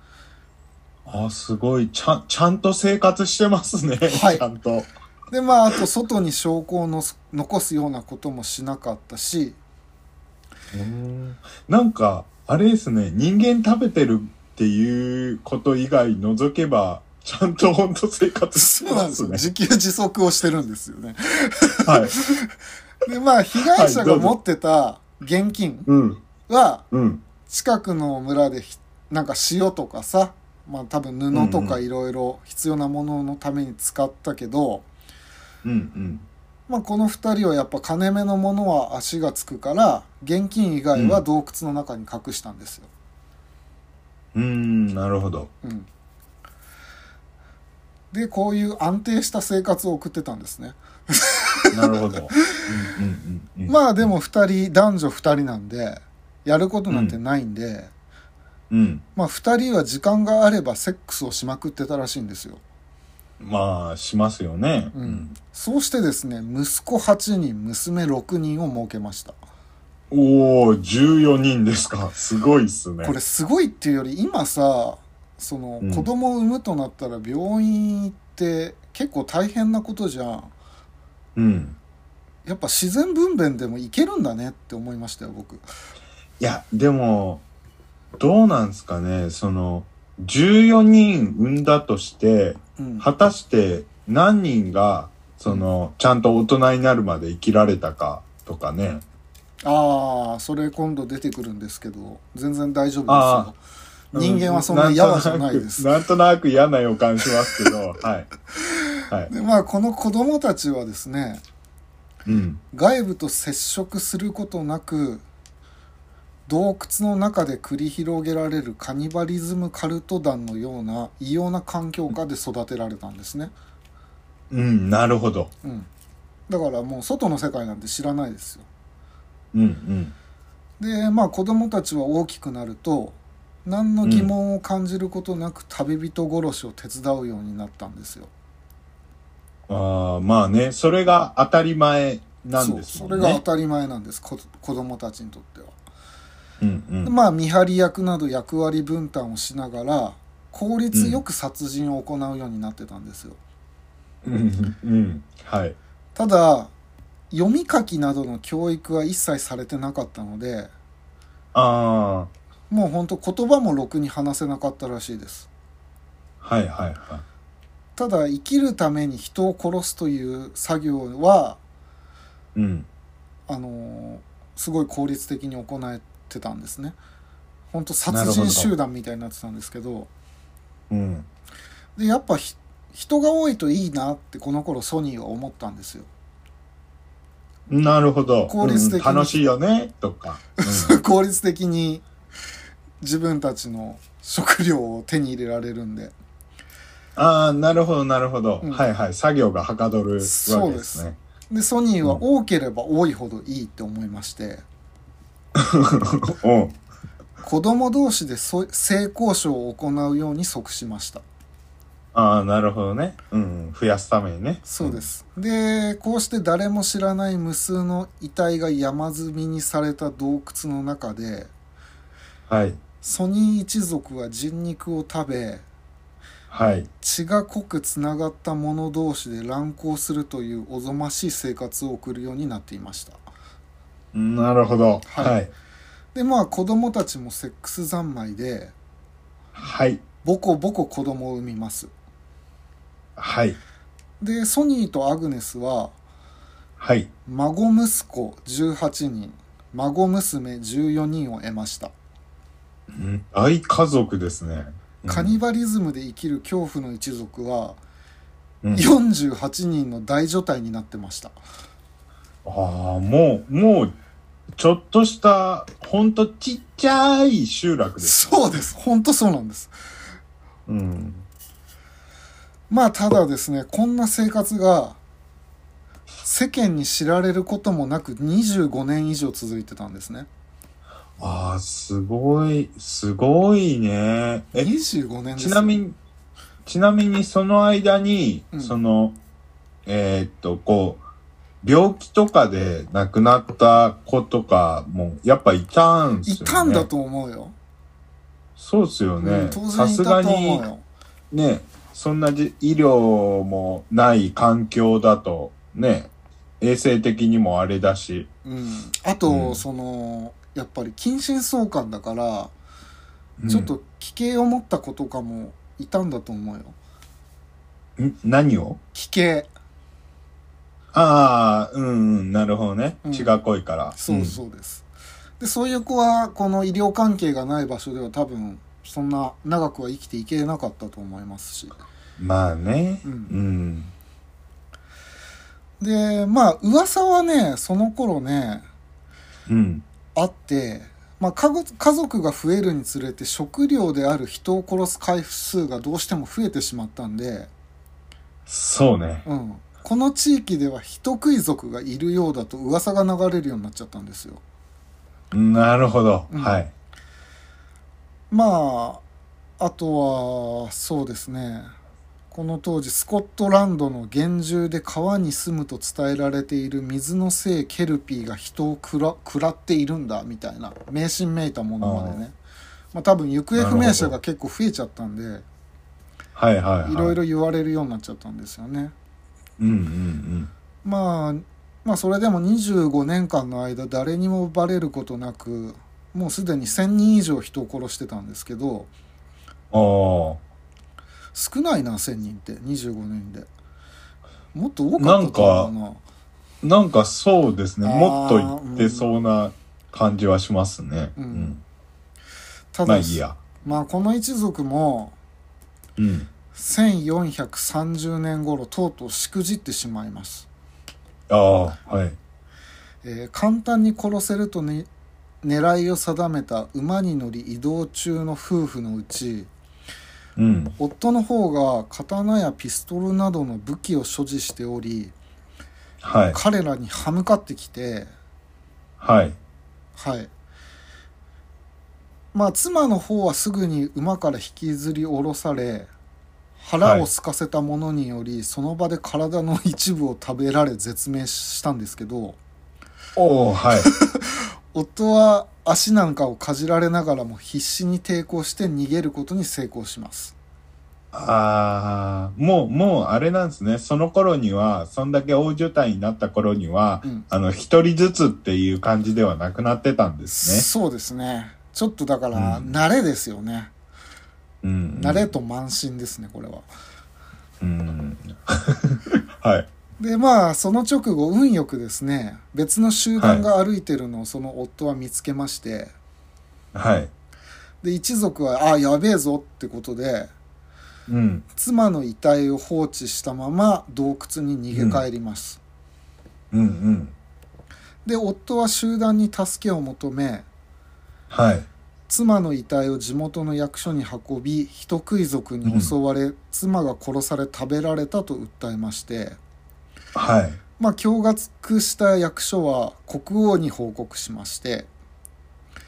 Speaker 2: ああ、すごい。ちゃん、ちゃんと生活してますね。
Speaker 1: はい
Speaker 2: ちゃんと。
Speaker 1: でまああと外に証拠をのす残すようなこともしなかったし
Speaker 2: うんなんか、あれですね、人間食べてるっていうこと以外除けば、ちゃんと本当生活して
Speaker 1: そうな
Speaker 2: ま
Speaker 1: んです
Speaker 2: す
Speaker 1: よ。
Speaker 2: ね。
Speaker 1: 自給自足をしてるんですよね。
Speaker 2: はい。
Speaker 1: で、まあ、被害者
Speaker 2: はいど
Speaker 1: が
Speaker 2: うぞ
Speaker 1: 持ってた現金
Speaker 2: うん。
Speaker 1: は、
Speaker 2: うん。
Speaker 1: 近くの村でひなんか塩とかさまあ多分布とかいろいろ必要なもののために使ったけど、
Speaker 2: うん。うん。
Speaker 1: まあ、この2人はやっぱ金目のものは足がつくから現金以外は洞窟の中に隠したんですよ。
Speaker 2: うーん、なるほど。
Speaker 1: うん、でこういう安定した生活を送ってたんですね。
Speaker 2: なる ほど。うんうんうんうん、
Speaker 1: まあでも2人男女2人なんでやることなんてないんで、
Speaker 2: うん。
Speaker 1: まあ、2人は時間があればセックスをしまくってたらしいんですよ。
Speaker 2: まあ、しますよね。
Speaker 1: うん、そうしてですね息子8人娘6人を設けました
Speaker 2: おお、14人です か。すごいっすね。
Speaker 1: これすごいっていうより今さその
Speaker 2: うん
Speaker 1: 子供を産むとなったら病院行って結構大変なことじゃん
Speaker 2: うん。
Speaker 1: やっぱ自然分娩でもいけるんだねって思いましたよ僕
Speaker 2: いや、でも、どうなんすかね。その、14人産んだとして、
Speaker 1: うん
Speaker 2: 果たして何人が、その、ちゃんと大人になるまで生きられたかとかね。
Speaker 1: ああそれ今度出てくるんですけど全然大丈夫
Speaker 2: あ
Speaker 1: ですよ人間はそんなやわじゃないです
Speaker 2: なんとなくなんとなく嫌な予感しま すけど、はい。はい。
Speaker 1: でまあこの子供たちはですね
Speaker 2: うん。
Speaker 1: 外部と接触することなく洞窟の中で繰り広げられるカニバリズムカルト団のような異様な環境下で育てられたんですね、
Speaker 2: うん、なるほど。
Speaker 1: うん、だからもう外の世界なんて知らないですよ
Speaker 2: うんうん。
Speaker 1: でまあ子供たちは大きくなると何の疑問を感じることなく旅人殺しを手伝うようになったんですよ、
Speaker 2: ああ、まあね、それが当たり前なん
Speaker 1: そう
Speaker 2: です
Speaker 1: そ
Speaker 2: も
Speaker 1: れ
Speaker 2: ん
Speaker 1: が
Speaker 2: ね。
Speaker 1: 当たり前なんですこ子供たちにとっては
Speaker 2: うんうん。
Speaker 1: まあ見張り役など役割分担をしながら効率よく殺人を行うようになってたんですよ、
Speaker 2: うんうん。はい。
Speaker 1: ただ読み書きなどの教育は一切されてなかったので
Speaker 2: ああ、
Speaker 1: もうほんと言葉もろくに話せなかったらしいです
Speaker 2: はいはいは。
Speaker 1: ただ生きるために人を殺すという作業はい
Speaker 2: うん。
Speaker 1: あのーすごい効率的に行えてたんですねほんと
Speaker 2: な
Speaker 1: 殺
Speaker 2: るほ
Speaker 1: 人
Speaker 2: ど
Speaker 1: 集団みたいになってたんですけど
Speaker 2: うん。
Speaker 1: でやっぱひ人が多いといいなってこの頃ソニーは思ったんですよ
Speaker 2: なるほど。
Speaker 1: 効率的に
Speaker 2: うん楽しいよね、とか。
Speaker 1: 効率的に自分たちの食料を手に入れられるんで
Speaker 2: ああ、なるほどなるほど、
Speaker 1: うん
Speaker 2: はいはい。作業がはかどるわけですね。
Speaker 1: そう ですでソニーは多ければ多いほどいいって思いまして
Speaker 2: うん。
Speaker 1: 子供同士でそ性交渉を行うように即しました
Speaker 2: ああ、なるほどね。うんうん。増やすためにね。
Speaker 1: そうですでこうして誰も知らない無数の遺体が山積みにされた洞窟の中で
Speaker 2: うん。はい。
Speaker 1: ソニー一族は人肉を食べ
Speaker 2: はい。
Speaker 1: 血が濃くつながった者同士で乱交するというおぞましい生活を送るようになっていました
Speaker 2: なるほど。
Speaker 1: はい
Speaker 2: はい。
Speaker 1: でまあ子供たちもセックス三昧で
Speaker 2: はい。
Speaker 1: ボコボコ子供を産みます
Speaker 2: はい。
Speaker 1: でソニーとアグネスは
Speaker 2: はい。
Speaker 1: 孫息子18人孫娘14人を得ました
Speaker 2: うん大家族ですね。うん
Speaker 1: カニバリズムで生きる恐怖の一族は
Speaker 2: うん
Speaker 1: 48人の大所帯になってました
Speaker 2: ああ、もう、もう、ちょっとした、ほんとちっちゃい集落です。
Speaker 1: そうです本当そうなんです
Speaker 2: うん。
Speaker 1: まあただですねこんな生活が世間に知られることもなく25年以上続いてたんですね
Speaker 2: ああ、すごい、すごいね。え、
Speaker 1: 25年です
Speaker 2: ちなみ
Speaker 1: に
Speaker 2: に、ちなみにその間に、
Speaker 1: うん
Speaker 2: その、えーっと、こう、病気とかで亡くなった子とかも、やっぱいたん
Speaker 1: い
Speaker 2: すよね。
Speaker 1: たんだ。と思うよ、
Speaker 2: そうっすよ
Speaker 1: うん
Speaker 2: ね。
Speaker 1: 当
Speaker 2: さ
Speaker 1: 然い
Speaker 2: す
Speaker 1: た
Speaker 2: が
Speaker 1: と思
Speaker 2: に
Speaker 1: う、よ
Speaker 2: ね、そんなじ医療もない環境だと、ね、衛生的にもあれだし、
Speaker 1: うん、あと、
Speaker 2: うん
Speaker 1: そのやっぱり近親相関だから、
Speaker 2: うん
Speaker 1: ちょっと危険を持った子とかもいたんだと思うよ
Speaker 2: ん何を
Speaker 1: 危険
Speaker 2: ああ、うん、うん、なるほどね
Speaker 1: う。ん
Speaker 2: 血が濃いから。
Speaker 1: そうそうです、でそういう子はこの医療関係がない場所では多分そんな長くは生きていけなかったと思いますし
Speaker 2: うん。まあね。
Speaker 1: う
Speaker 2: うんん。
Speaker 1: でまあ噂はねその頃ね
Speaker 2: うん。
Speaker 1: あって、まあ、家族家族が増えるにつれて食料である人を殺す回数がどうしても増えてしまったんで、
Speaker 2: そうね。
Speaker 1: うん、この地域では人食い族がいるようだと噂が流れるようになっちゃったんですよ。
Speaker 2: なるほど。
Speaker 1: うん
Speaker 2: はい。
Speaker 1: まああとはそうですねこの当時スコットランドの厳重で川に住むと伝えられている水のせいケルピーが人をくら食らっているんだみたいな迷信めいたものまでねまあ多分行方不明者が結構増えちゃったんで
Speaker 2: はいはいはい。
Speaker 1: いろいろ言われるようになっちゃったんですよね。
Speaker 2: うんうん
Speaker 1: まあまあそれでも25年間の間誰にもバレることなくもうすでに1,000人以上人を殺してたんですけど、
Speaker 2: うん。おー
Speaker 1: 少ないな1000人って25年でもっと多かったと思うな
Speaker 2: なんかそうですね。
Speaker 1: あー
Speaker 2: もっと言ってそうな感じはしますね。
Speaker 1: う
Speaker 2: うんん。
Speaker 1: た
Speaker 2: まあ
Speaker 1: だ
Speaker 2: い
Speaker 1: し
Speaker 2: いや。
Speaker 1: まあこの一族も
Speaker 2: うん。
Speaker 1: 1430年頃とうとうしくじってしまいます、
Speaker 2: ああ、はい。
Speaker 1: えー簡単に殺せるとね狙いを定めた馬に乗り移動中の夫婦のうち
Speaker 2: うん。
Speaker 1: 夫の方が刀やピストルなどの武器を所持しており
Speaker 2: はい。
Speaker 1: 彼らに歯向かってきて
Speaker 2: はい。
Speaker 1: はい。まあ、妻の方はすぐに馬から引きずり下ろされ、腹を空かせたものにより、その場で体の一部を食べられ絶命したんですけど、
Speaker 2: おおはい。
Speaker 1: 夫は足なんかをかじられながらも必死に抵抗して逃げることに成功します。
Speaker 2: ああ、もう、もうあれなんですね。その頃には、そんだけ大所帯になった頃には、
Speaker 1: うん
Speaker 2: あの、一人ずつっていう感じではなくなってたんです
Speaker 1: そうですね。ちょっとだから、
Speaker 2: うん
Speaker 1: 慣れですよね。
Speaker 2: ね。うん。
Speaker 1: 慣れと慢心ですね、これは。
Speaker 2: うん。 はい。
Speaker 1: でまあその直後運よくですね別の集団が歩いてるのをその夫は見つけまして、
Speaker 2: はい。
Speaker 1: で一族は「ああやべえぞ」ってことで
Speaker 2: うん。
Speaker 1: 妻の遺体を放置したまま洞窟に逃げ帰ります、
Speaker 2: うんうん。
Speaker 1: で夫は集団に助けを求め
Speaker 2: はい。
Speaker 1: 妻の遺体を地元の役所に運び人食い族に襲われ、妻が殺され食べられたと訴えまして
Speaker 2: はい。
Speaker 1: まあ驚愕した役所は国王に報告しまして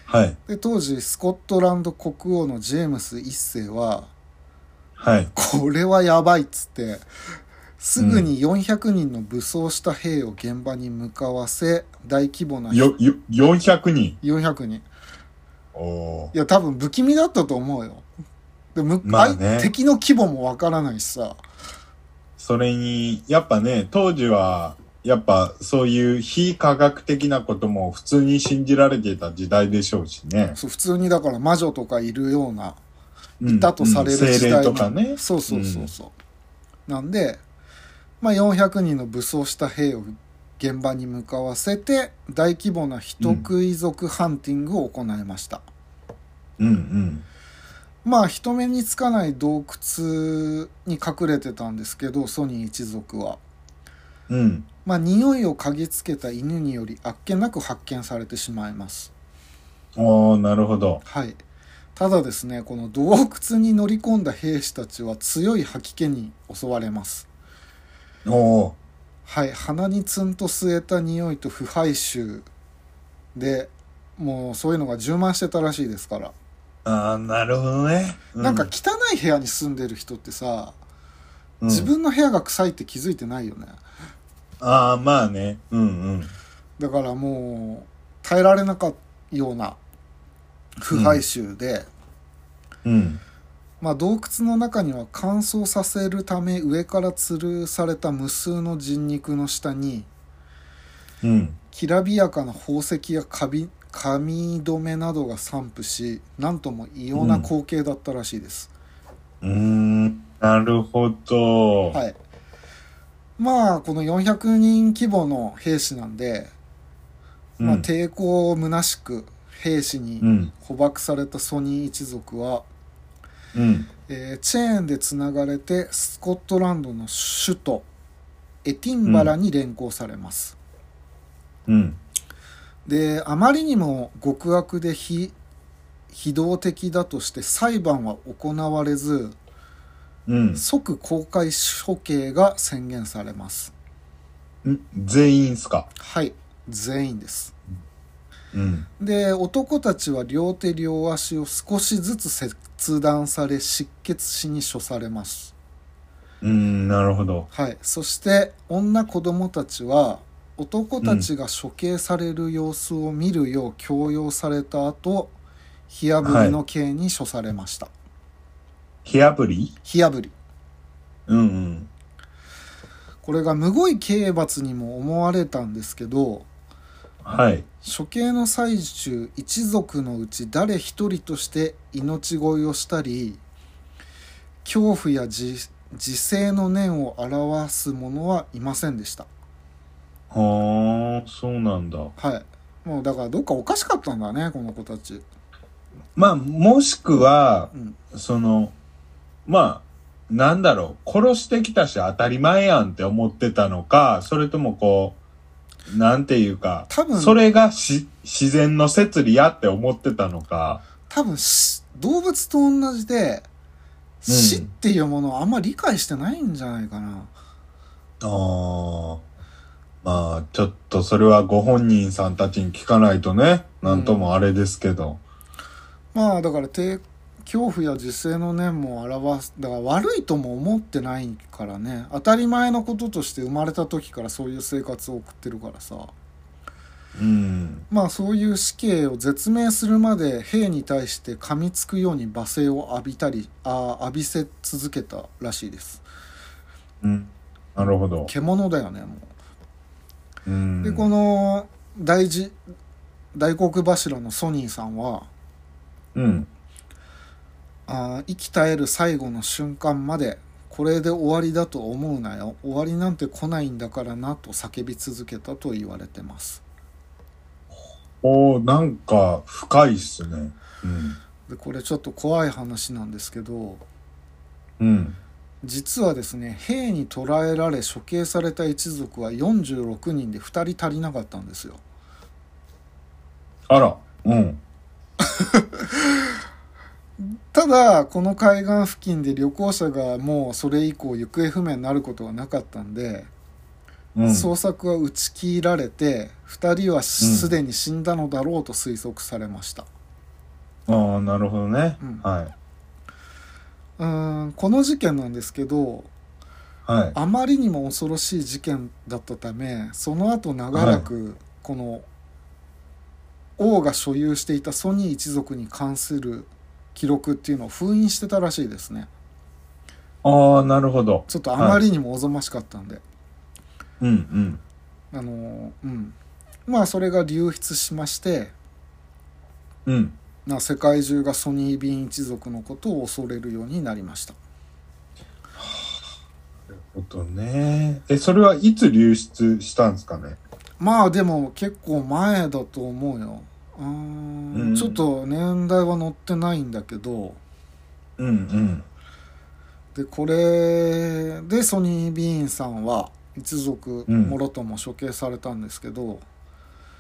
Speaker 2: はい。
Speaker 1: で当時スコットランド国王のジェームス1世は
Speaker 2: はい。
Speaker 1: これはやばいっつってすぐに400人の武装した兵を現場に向かわせ大規模な
Speaker 2: よ、よ、400人。
Speaker 1: 400人
Speaker 2: おお
Speaker 1: いや多分不気味だったと思うよでむ、
Speaker 2: まあね
Speaker 1: 相敵の規模もわからないしさ
Speaker 2: それに、やっぱね、当時は、やっぱそういう非科学的なことも普通に信じられてた時代でしょうしね。
Speaker 1: そう普通にだから魔女とかいるような
Speaker 2: うん
Speaker 1: いたとされる
Speaker 2: うん
Speaker 1: 時
Speaker 2: 精
Speaker 1: 代
Speaker 2: 霊
Speaker 1: の
Speaker 2: とかね。
Speaker 1: そうそうそうそう、なんで、まあ、400人の武装した兵を現場に向かわせて大規模な人食い族ハンティングを行いました、
Speaker 2: うんうん。
Speaker 1: まあ人目につかない洞窟に隠れてたんですけどソニー一族は
Speaker 2: うん。
Speaker 1: まあ匂いを嗅ぎつけた犬によりあっけなく発見されてしまいます
Speaker 2: おー、なるほど。
Speaker 1: はいただですねこの洞窟に乗り込んだ兵士たちは強い吐き気に襲われます
Speaker 2: おー。
Speaker 1: はい鼻にツンと据えた匂いと腐敗臭でもうそういうのが充満してたらしいですから、
Speaker 2: あー、なるほどね。う
Speaker 1: なんか、汚い部屋に住んでる人ってさ、
Speaker 2: うん
Speaker 1: 自。分の部屋が臭いって気づいてないよね
Speaker 2: あー、まあね。うん
Speaker 1: だからもう耐えられなかったような腐敗臭で、
Speaker 2: うん。うん。
Speaker 1: まあ、洞窟の中には乾燥させるため上から吊るされた無数の人肉の下に
Speaker 2: うん。
Speaker 1: きらびやかな宝石や花瓶髪留めなどが散布しなんとも異様な光景だったらしいです、
Speaker 2: うーん、なるほど。
Speaker 1: はいまあこの400人規模の兵士なんで、
Speaker 2: うん
Speaker 1: まあ、抵抗を虚しく兵士に
Speaker 2: うん、
Speaker 1: 捕獲されたソニー一族は、
Speaker 2: うん、
Speaker 1: えーチェーンでつながれてスコットランドの首都エティンバラに連行されます、
Speaker 2: うん、
Speaker 1: であまりにも極悪で非非道的だとして裁判は行われず
Speaker 2: うん。
Speaker 1: 即公開処刑が宣言されます
Speaker 2: ん全員っすか。
Speaker 1: はい全員です
Speaker 2: うん、
Speaker 1: で男たちは両手両足を少しずつ切断され失血死に処されます
Speaker 2: うん、なるほど。
Speaker 1: はいそして女子供たちは男たちが処刑される様子を見るよう強要された後火あぶりの刑に処されました、
Speaker 2: 火炙り
Speaker 1: 火あぶり
Speaker 2: うん、うん。
Speaker 1: これがむごい刑罰にも思われたんですけど
Speaker 2: はい。
Speaker 1: 処刑の最中一族のうち誰一人として命乞いをしたり恐怖や自自制の念を表す者はいませんでした
Speaker 2: はあ、そうなんだ。
Speaker 1: はいもうだからどっかおかしかったんだねこの子たち
Speaker 2: まあ、もしくは
Speaker 1: う、ん
Speaker 2: その、まあ、なんだろう、殺してきたし当たり前やんって思ってたのか、それともこう、なんていうか、
Speaker 1: 多分
Speaker 2: それがし自然の摂理やって思ってたのか、
Speaker 1: 多分し動物と同じで
Speaker 2: うん
Speaker 1: 死っていうものをあんまり理解してないんじゃないかな、
Speaker 2: あーまあ、ちょっとそれはご本人さんたちに聞かないとね、なんともあれですけど。
Speaker 1: まあだから低恐怖や自制の念も表すだから悪いとも思ってないからね当たり前のこととして生まれた時からそういう生活を送ってるからさ
Speaker 2: うん。
Speaker 1: まあそういう死刑を絶命するまで兵に対して噛みつくように罵声を浴びたりあー浴びせ続けたらしいです
Speaker 2: うん。なるほど。
Speaker 1: 獣だよねも
Speaker 2: うん。
Speaker 1: うでこの大事大黒柱のソニーさんは
Speaker 2: うん。
Speaker 1: あー生き絶える最後の瞬間までこれで終わりだと思うなよ終わりなんて来ないんだからなと叫び続けたと言われてます
Speaker 2: おーなんか深いっすね。
Speaker 1: でこれちょっと怖い話なんですけど
Speaker 2: うん。うん。
Speaker 1: 実はですね兵に捕らえられ処刑された一族は46人で2人足りなかったんですよ
Speaker 2: あら。うん。
Speaker 1: ただこの海岸付近で旅行者がもうそれ以降行方不明になることはなかったんで
Speaker 2: うん。
Speaker 1: 捜索は打ち切られて2人はすでに死んだのだろうと推測されました、
Speaker 2: ああ、なるほどね。
Speaker 1: うん
Speaker 2: はい。
Speaker 1: うーんこの事件なんですけど
Speaker 2: はい。
Speaker 1: あまりにも恐ろしい事件だったためその後長らくこの王が所有していたソニー一族に関する記録っていうのを封印してたらしいですね
Speaker 2: ああ、なるほど。
Speaker 1: ちょっとあまりにもおぞましかったんで、
Speaker 2: うんうん。
Speaker 1: あのーうんまあそれが流出しまして
Speaker 2: うん。
Speaker 1: な世界中がソニー・ビン一族のことを恐れるようになりました
Speaker 2: ほんとね。え、それはいつ流出したんですかね
Speaker 1: まあでも結構前だと思うようーん
Speaker 2: うん
Speaker 1: ちょっと年代は載ってないんだけど
Speaker 2: うん
Speaker 1: でこれでソニー・ビーンさんは一族
Speaker 2: うん
Speaker 1: もろとも処刑されたんですけど、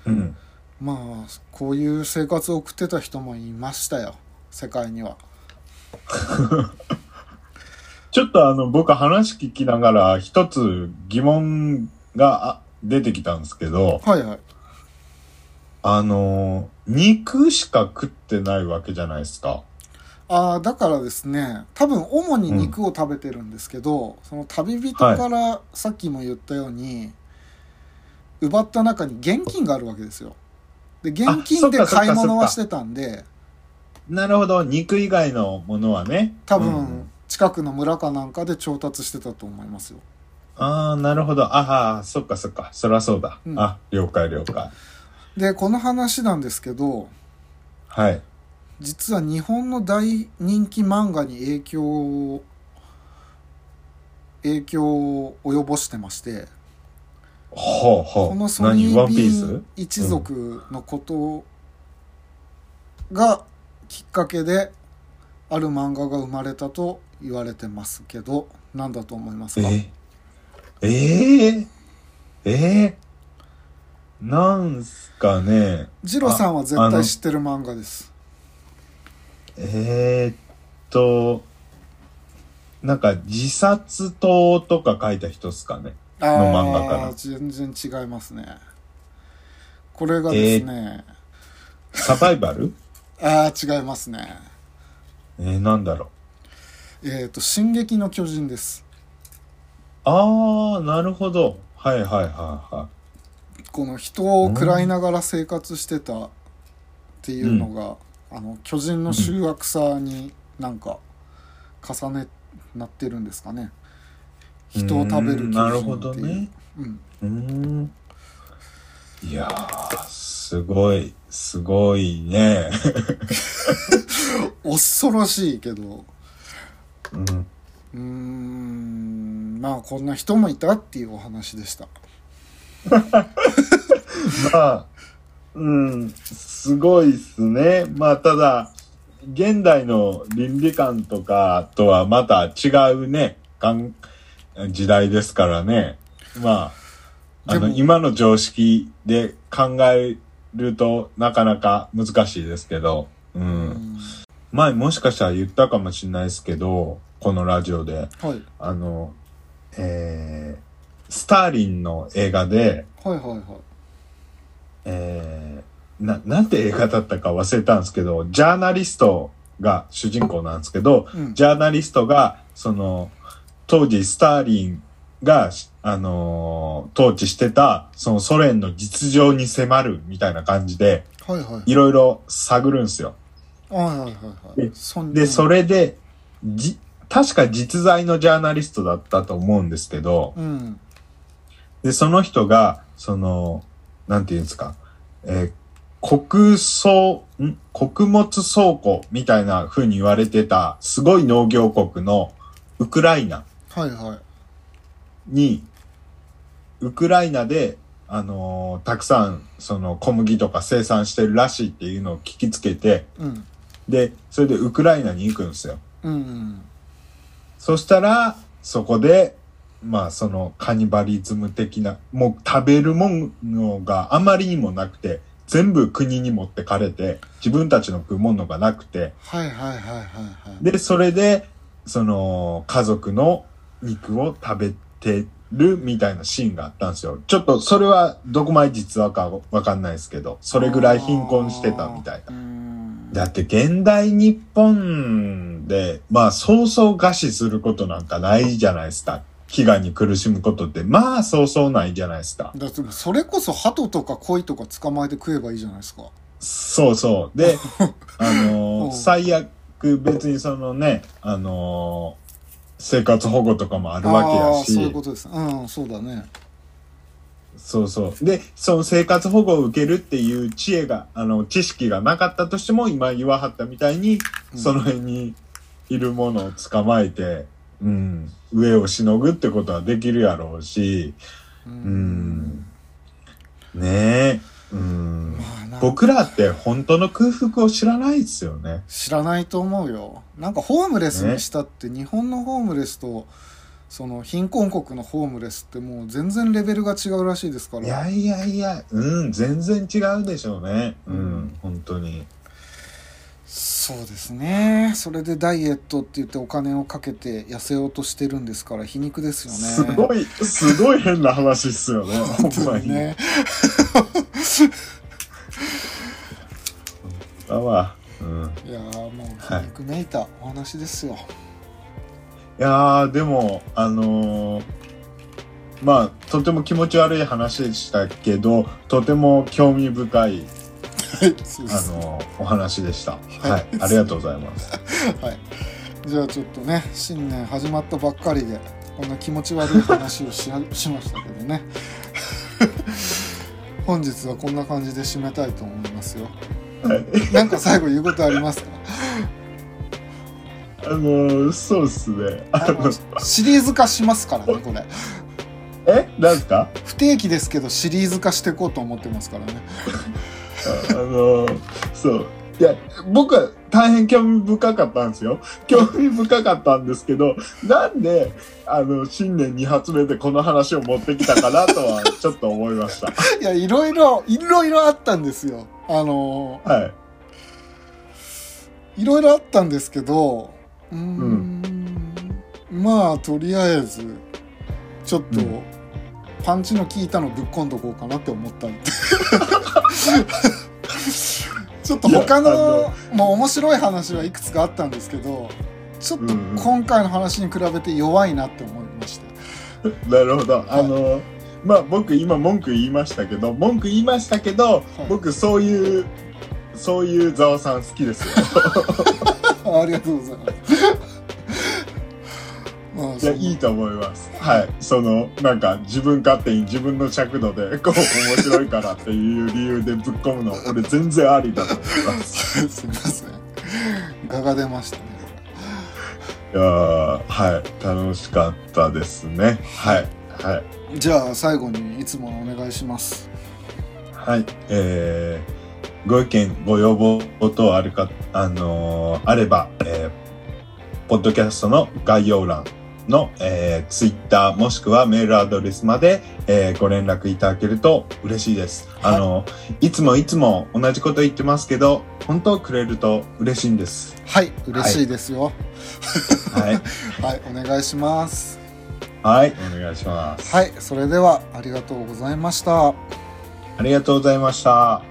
Speaker 2: うん。うん。
Speaker 1: まあこういう生活を送ってた人もいましたよ世界には
Speaker 2: ちょっとあの、僕話聞きながら一つ疑問があ出てきたんですけど、
Speaker 1: はいはい
Speaker 2: あのー、肉しか食ってないわけじゃないですか。
Speaker 1: ああだからですね多分主に肉を食べてるんですけど、その旅人からさっきも言ったように、奪った中に現金があるわけですよで現金で
Speaker 2: あそっかそっかそっか
Speaker 1: 買い物はしてたんで
Speaker 2: なるほど。肉以外のものはね。
Speaker 1: 多
Speaker 2: うん
Speaker 1: 分近くの村かなんかで調達してたと思いますよ
Speaker 2: ああ、なるほど。ああ、そっかそっか。そらそうだ。
Speaker 1: うん
Speaker 2: あ、了解了解。
Speaker 1: でこの話なんですけど
Speaker 2: はい。
Speaker 1: 実は日本の大人気漫画に影響を影響を及ぼしてまして
Speaker 2: ほうほ
Speaker 1: こ
Speaker 2: う。
Speaker 1: のソニ
Speaker 2: 何ワン
Speaker 1: ー・
Speaker 2: ピ
Speaker 1: ビ
Speaker 2: ー
Speaker 1: ー
Speaker 2: ス
Speaker 1: ン一族のことがきっかけである漫画が生まれたと言われてますけど何だと思いますか
Speaker 2: ええー、ええー、なんすかね。
Speaker 1: ジロさんは絶
Speaker 2: ああの
Speaker 1: 対知ってる漫画です
Speaker 2: えー、っと、なんか自殺党とか書いた人っすかね。
Speaker 1: あ
Speaker 2: の漫画か
Speaker 1: あ
Speaker 2: な
Speaker 1: ー全然違いますねこれがですね、
Speaker 2: サバイバル
Speaker 1: ああー違いますね
Speaker 2: えー、なんだろう。
Speaker 1: えっ、と「進撃の巨人」です
Speaker 2: あー、なるほど。はいはいはいは
Speaker 1: この人を食らいながら生活してたっていうのが、あの巨人の醜悪さになんか重ねなってるんですかね
Speaker 2: い。
Speaker 1: 人を食べる巨人って
Speaker 2: うーん
Speaker 1: いう
Speaker 2: なるほどね。
Speaker 1: うん、
Speaker 2: うーん。いやー、すごい、すごいね。
Speaker 1: 恐ろしいけど
Speaker 2: うん
Speaker 1: うーんまあこんな人もいたっていうお話でした
Speaker 2: まあ、うん、すごいっすね。まあ、ただ、現代の倫理観とかとはまた違うね、かん時代ですからね。まあ、あの、
Speaker 1: でも
Speaker 2: 今の常識で考えるとなかなか難しいですけど、う。
Speaker 1: うん
Speaker 2: 前もしかしたら言ったかもしれないですけど、このラジオで、
Speaker 1: はい
Speaker 2: あの、えー、スターリンの映画で、
Speaker 1: はいはいはい
Speaker 2: えーな、なんて映画だったか忘れたんですけど、ジャーナリストが主人公なんですけど、
Speaker 1: うん
Speaker 2: ジャーナリストが、その、当時スターリンが、しあのー統治してた、そのソ連の実情に迫るみたいな感じで、
Speaker 1: はいはい
Speaker 2: いろいろ探るんですよ。
Speaker 1: はいはいはいはい
Speaker 2: で
Speaker 1: そん
Speaker 2: で、そ
Speaker 1: れ
Speaker 2: れで、じ、確か実在のジャーナリストだったと思うんですけど、
Speaker 1: うん
Speaker 2: で、その人が、その、なんていうんですか、えー国倉、ん穀物倉庫みたいな風に言われてた、すごい農業国のウクライナ
Speaker 1: はいはい
Speaker 2: に、ウクライナで、あのーたくさん、その小麦とか生産してるらしいっていうのを聞きつけて、
Speaker 1: うん
Speaker 2: で、それでウクライナに行くんですよ。
Speaker 1: うんうん
Speaker 2: そしたら、そこで、まあそのカニバリズム的な、もう食べるものがあまりにもなくて、全部国に持ってかれて、自分たちの食うものがなくて、
Speaker 1: はいはいはいはいはい
Speaker 2: で、それで、その家族の肉を食べてるみたいなシーンがあったんですよ。ちょっとそれはどこまで実話かわかんないですけど、それぐらい貧困してたみたいな。
Speaker 1: な
Speaker 2: だって現代日本で、まあそうそう餓死することなんかないじゃないですか。飢餓に苦しむことって、まあそうそうないじゃないですか。
Speaker 1: だってもうそれこそ鳩とか鯉とか捕まえて食えばいいじゃないですか
Speaker 2: そうそう。で、 あ
Speaker 1: う
Speaker 2: のー
Speaker 1: ん
Speaker 2: 最悪別にそのね、あのー生活保護とかもあるわけ
Speaker 1: あ
Speaker 2: や
Speaker 1: あ
Speaker 2: し。
Speaker 1: そういうことですうんそうだね
Speaker 2: そうそう。で、その生活保護を受けるっていう知恵が、あの、知識がなかったとしても、今言わはったみたいに、
Speaker 1: うん
Speaker 2: その辺にいるものを捕まえて、うん、上をしのぐってことはできるやろうし、
Speaker 1: う
Speaker 2: うん、ねえ、うん。
Speaker 1: まあなんか
Speaker 2: 僕らって本当の空腹を知らないですよね。
Speaker 1: 知らないと思うよなんかホームレスにしたって日本のホームレスとその貧困国のホームレスってもう全然レベルが違うらしいですか
Speaker 2: い
Speaker 1: ら
Speaker 2: やいやいや、うん、全然違うでしょうね。う
Speaker 1: うん
Speaker 2: ん、本当に。
Speaker 1: そうですねそれでダイエットって言ってお金をかけて痩せようとしてるんですから皮肉ですよね
Speaker 2: すごい、すごい変な話っす よね。ほんまに。
Speaker 1: ね
Speaker 2: だわ。うん。
Speaker 1: いやーもう皮肉めいたお話ですよ、
Speaker 2: いやーでもあのーまあとても気持ち悪い話でしたけどとても興味深い、
Speaker 1: はい、そうで
Speaker 2: あ
Speaker 1: す。
Speaker 2: のーお話でした。
Speaker 1: い
Speaker 2: はい、ありがとうございます。
Speaker 1: はい。じゃあちょっとね、新年始まったばっかりで、こんな気持ち悪い話をししましたけどね。 本日はこんな感じで締めたいと思いますよ
Speaker 2: はい
Speaker 1: なんか最後言うことありますか
Speaker 2: あのそうですねあ
Speaker 1: あ
Speaker 2: の
Speaker 1: のシリーズ化しますからねこれ
Speaker 2: えなんすか
Speaker 1: 不定期ですけどシリーズ化していこうと思ってますからね
Speaker 2: あのそういや僕は大変興味深かったんですよ興味深かったんですけどなんであの新年2発目でこの話を持ってきたかなとはちょっと思いました
Speaker 1: いやいろいろいろいろあったんですよあの
Speaker 2: はい
Speaker 1: いろいろあったんですけどうーんまあとりあえずちょっと、
Speaker 2: うん
Speaker 1: パンチの効いたのぶっこんどこうかなって思った んでちょっと他
Speaker 2: いや
Speaker 1: のもう面白い話はいくつかあったんですけどちょっと
Speaker 2: うんうん
Speaker 1: 今回の話に比べて弱いなって 思いました、
Speaker 2: なるほどあのまあ僕今文句言いましたけど文句言いましたけど
Speaker 1: はい
Speaker 2: 僕そういうそういうざわさん好きですよ
Speaker 1: ありがとうございます。 まあ、
Speaker 2: い
Speaker 1: そ
Speaker 2: や
Speaker 1: う
Speaker 2: いいと思いますはいそのなんか自分勝手に自分の尺度で こう面白いからっていう理由でぶっ込むの俺全然ありだと思います
Speaker 1: すみません。画が出ましたね。
Speaker 2: いやーはい楽しかったですねはいはい
Speaker 1: じゃあ、最後にいつものお願いします。
Speaker 2: はい、えーご意見、ご要望等あるか、あのーあれば、えーポッドキャストの概要欄の、えツイッター Twitter もしくはメールアドレスまで、えーご連絡いただけると嬉しいです。
Speaker 1: はい
Speaker 2: あのーいつもいつも同じこと言ってますけど、本当くれると嬉しいんです。
Speaker 1: はい、嬉しいですよ。
Speaker 2: はい、
Speaker 1: はい、お願いします。
Speaker 2: はい、お願いします。
Speaker 1: はい、それではありがとうございました。
Speaker 2: ありがとうございました。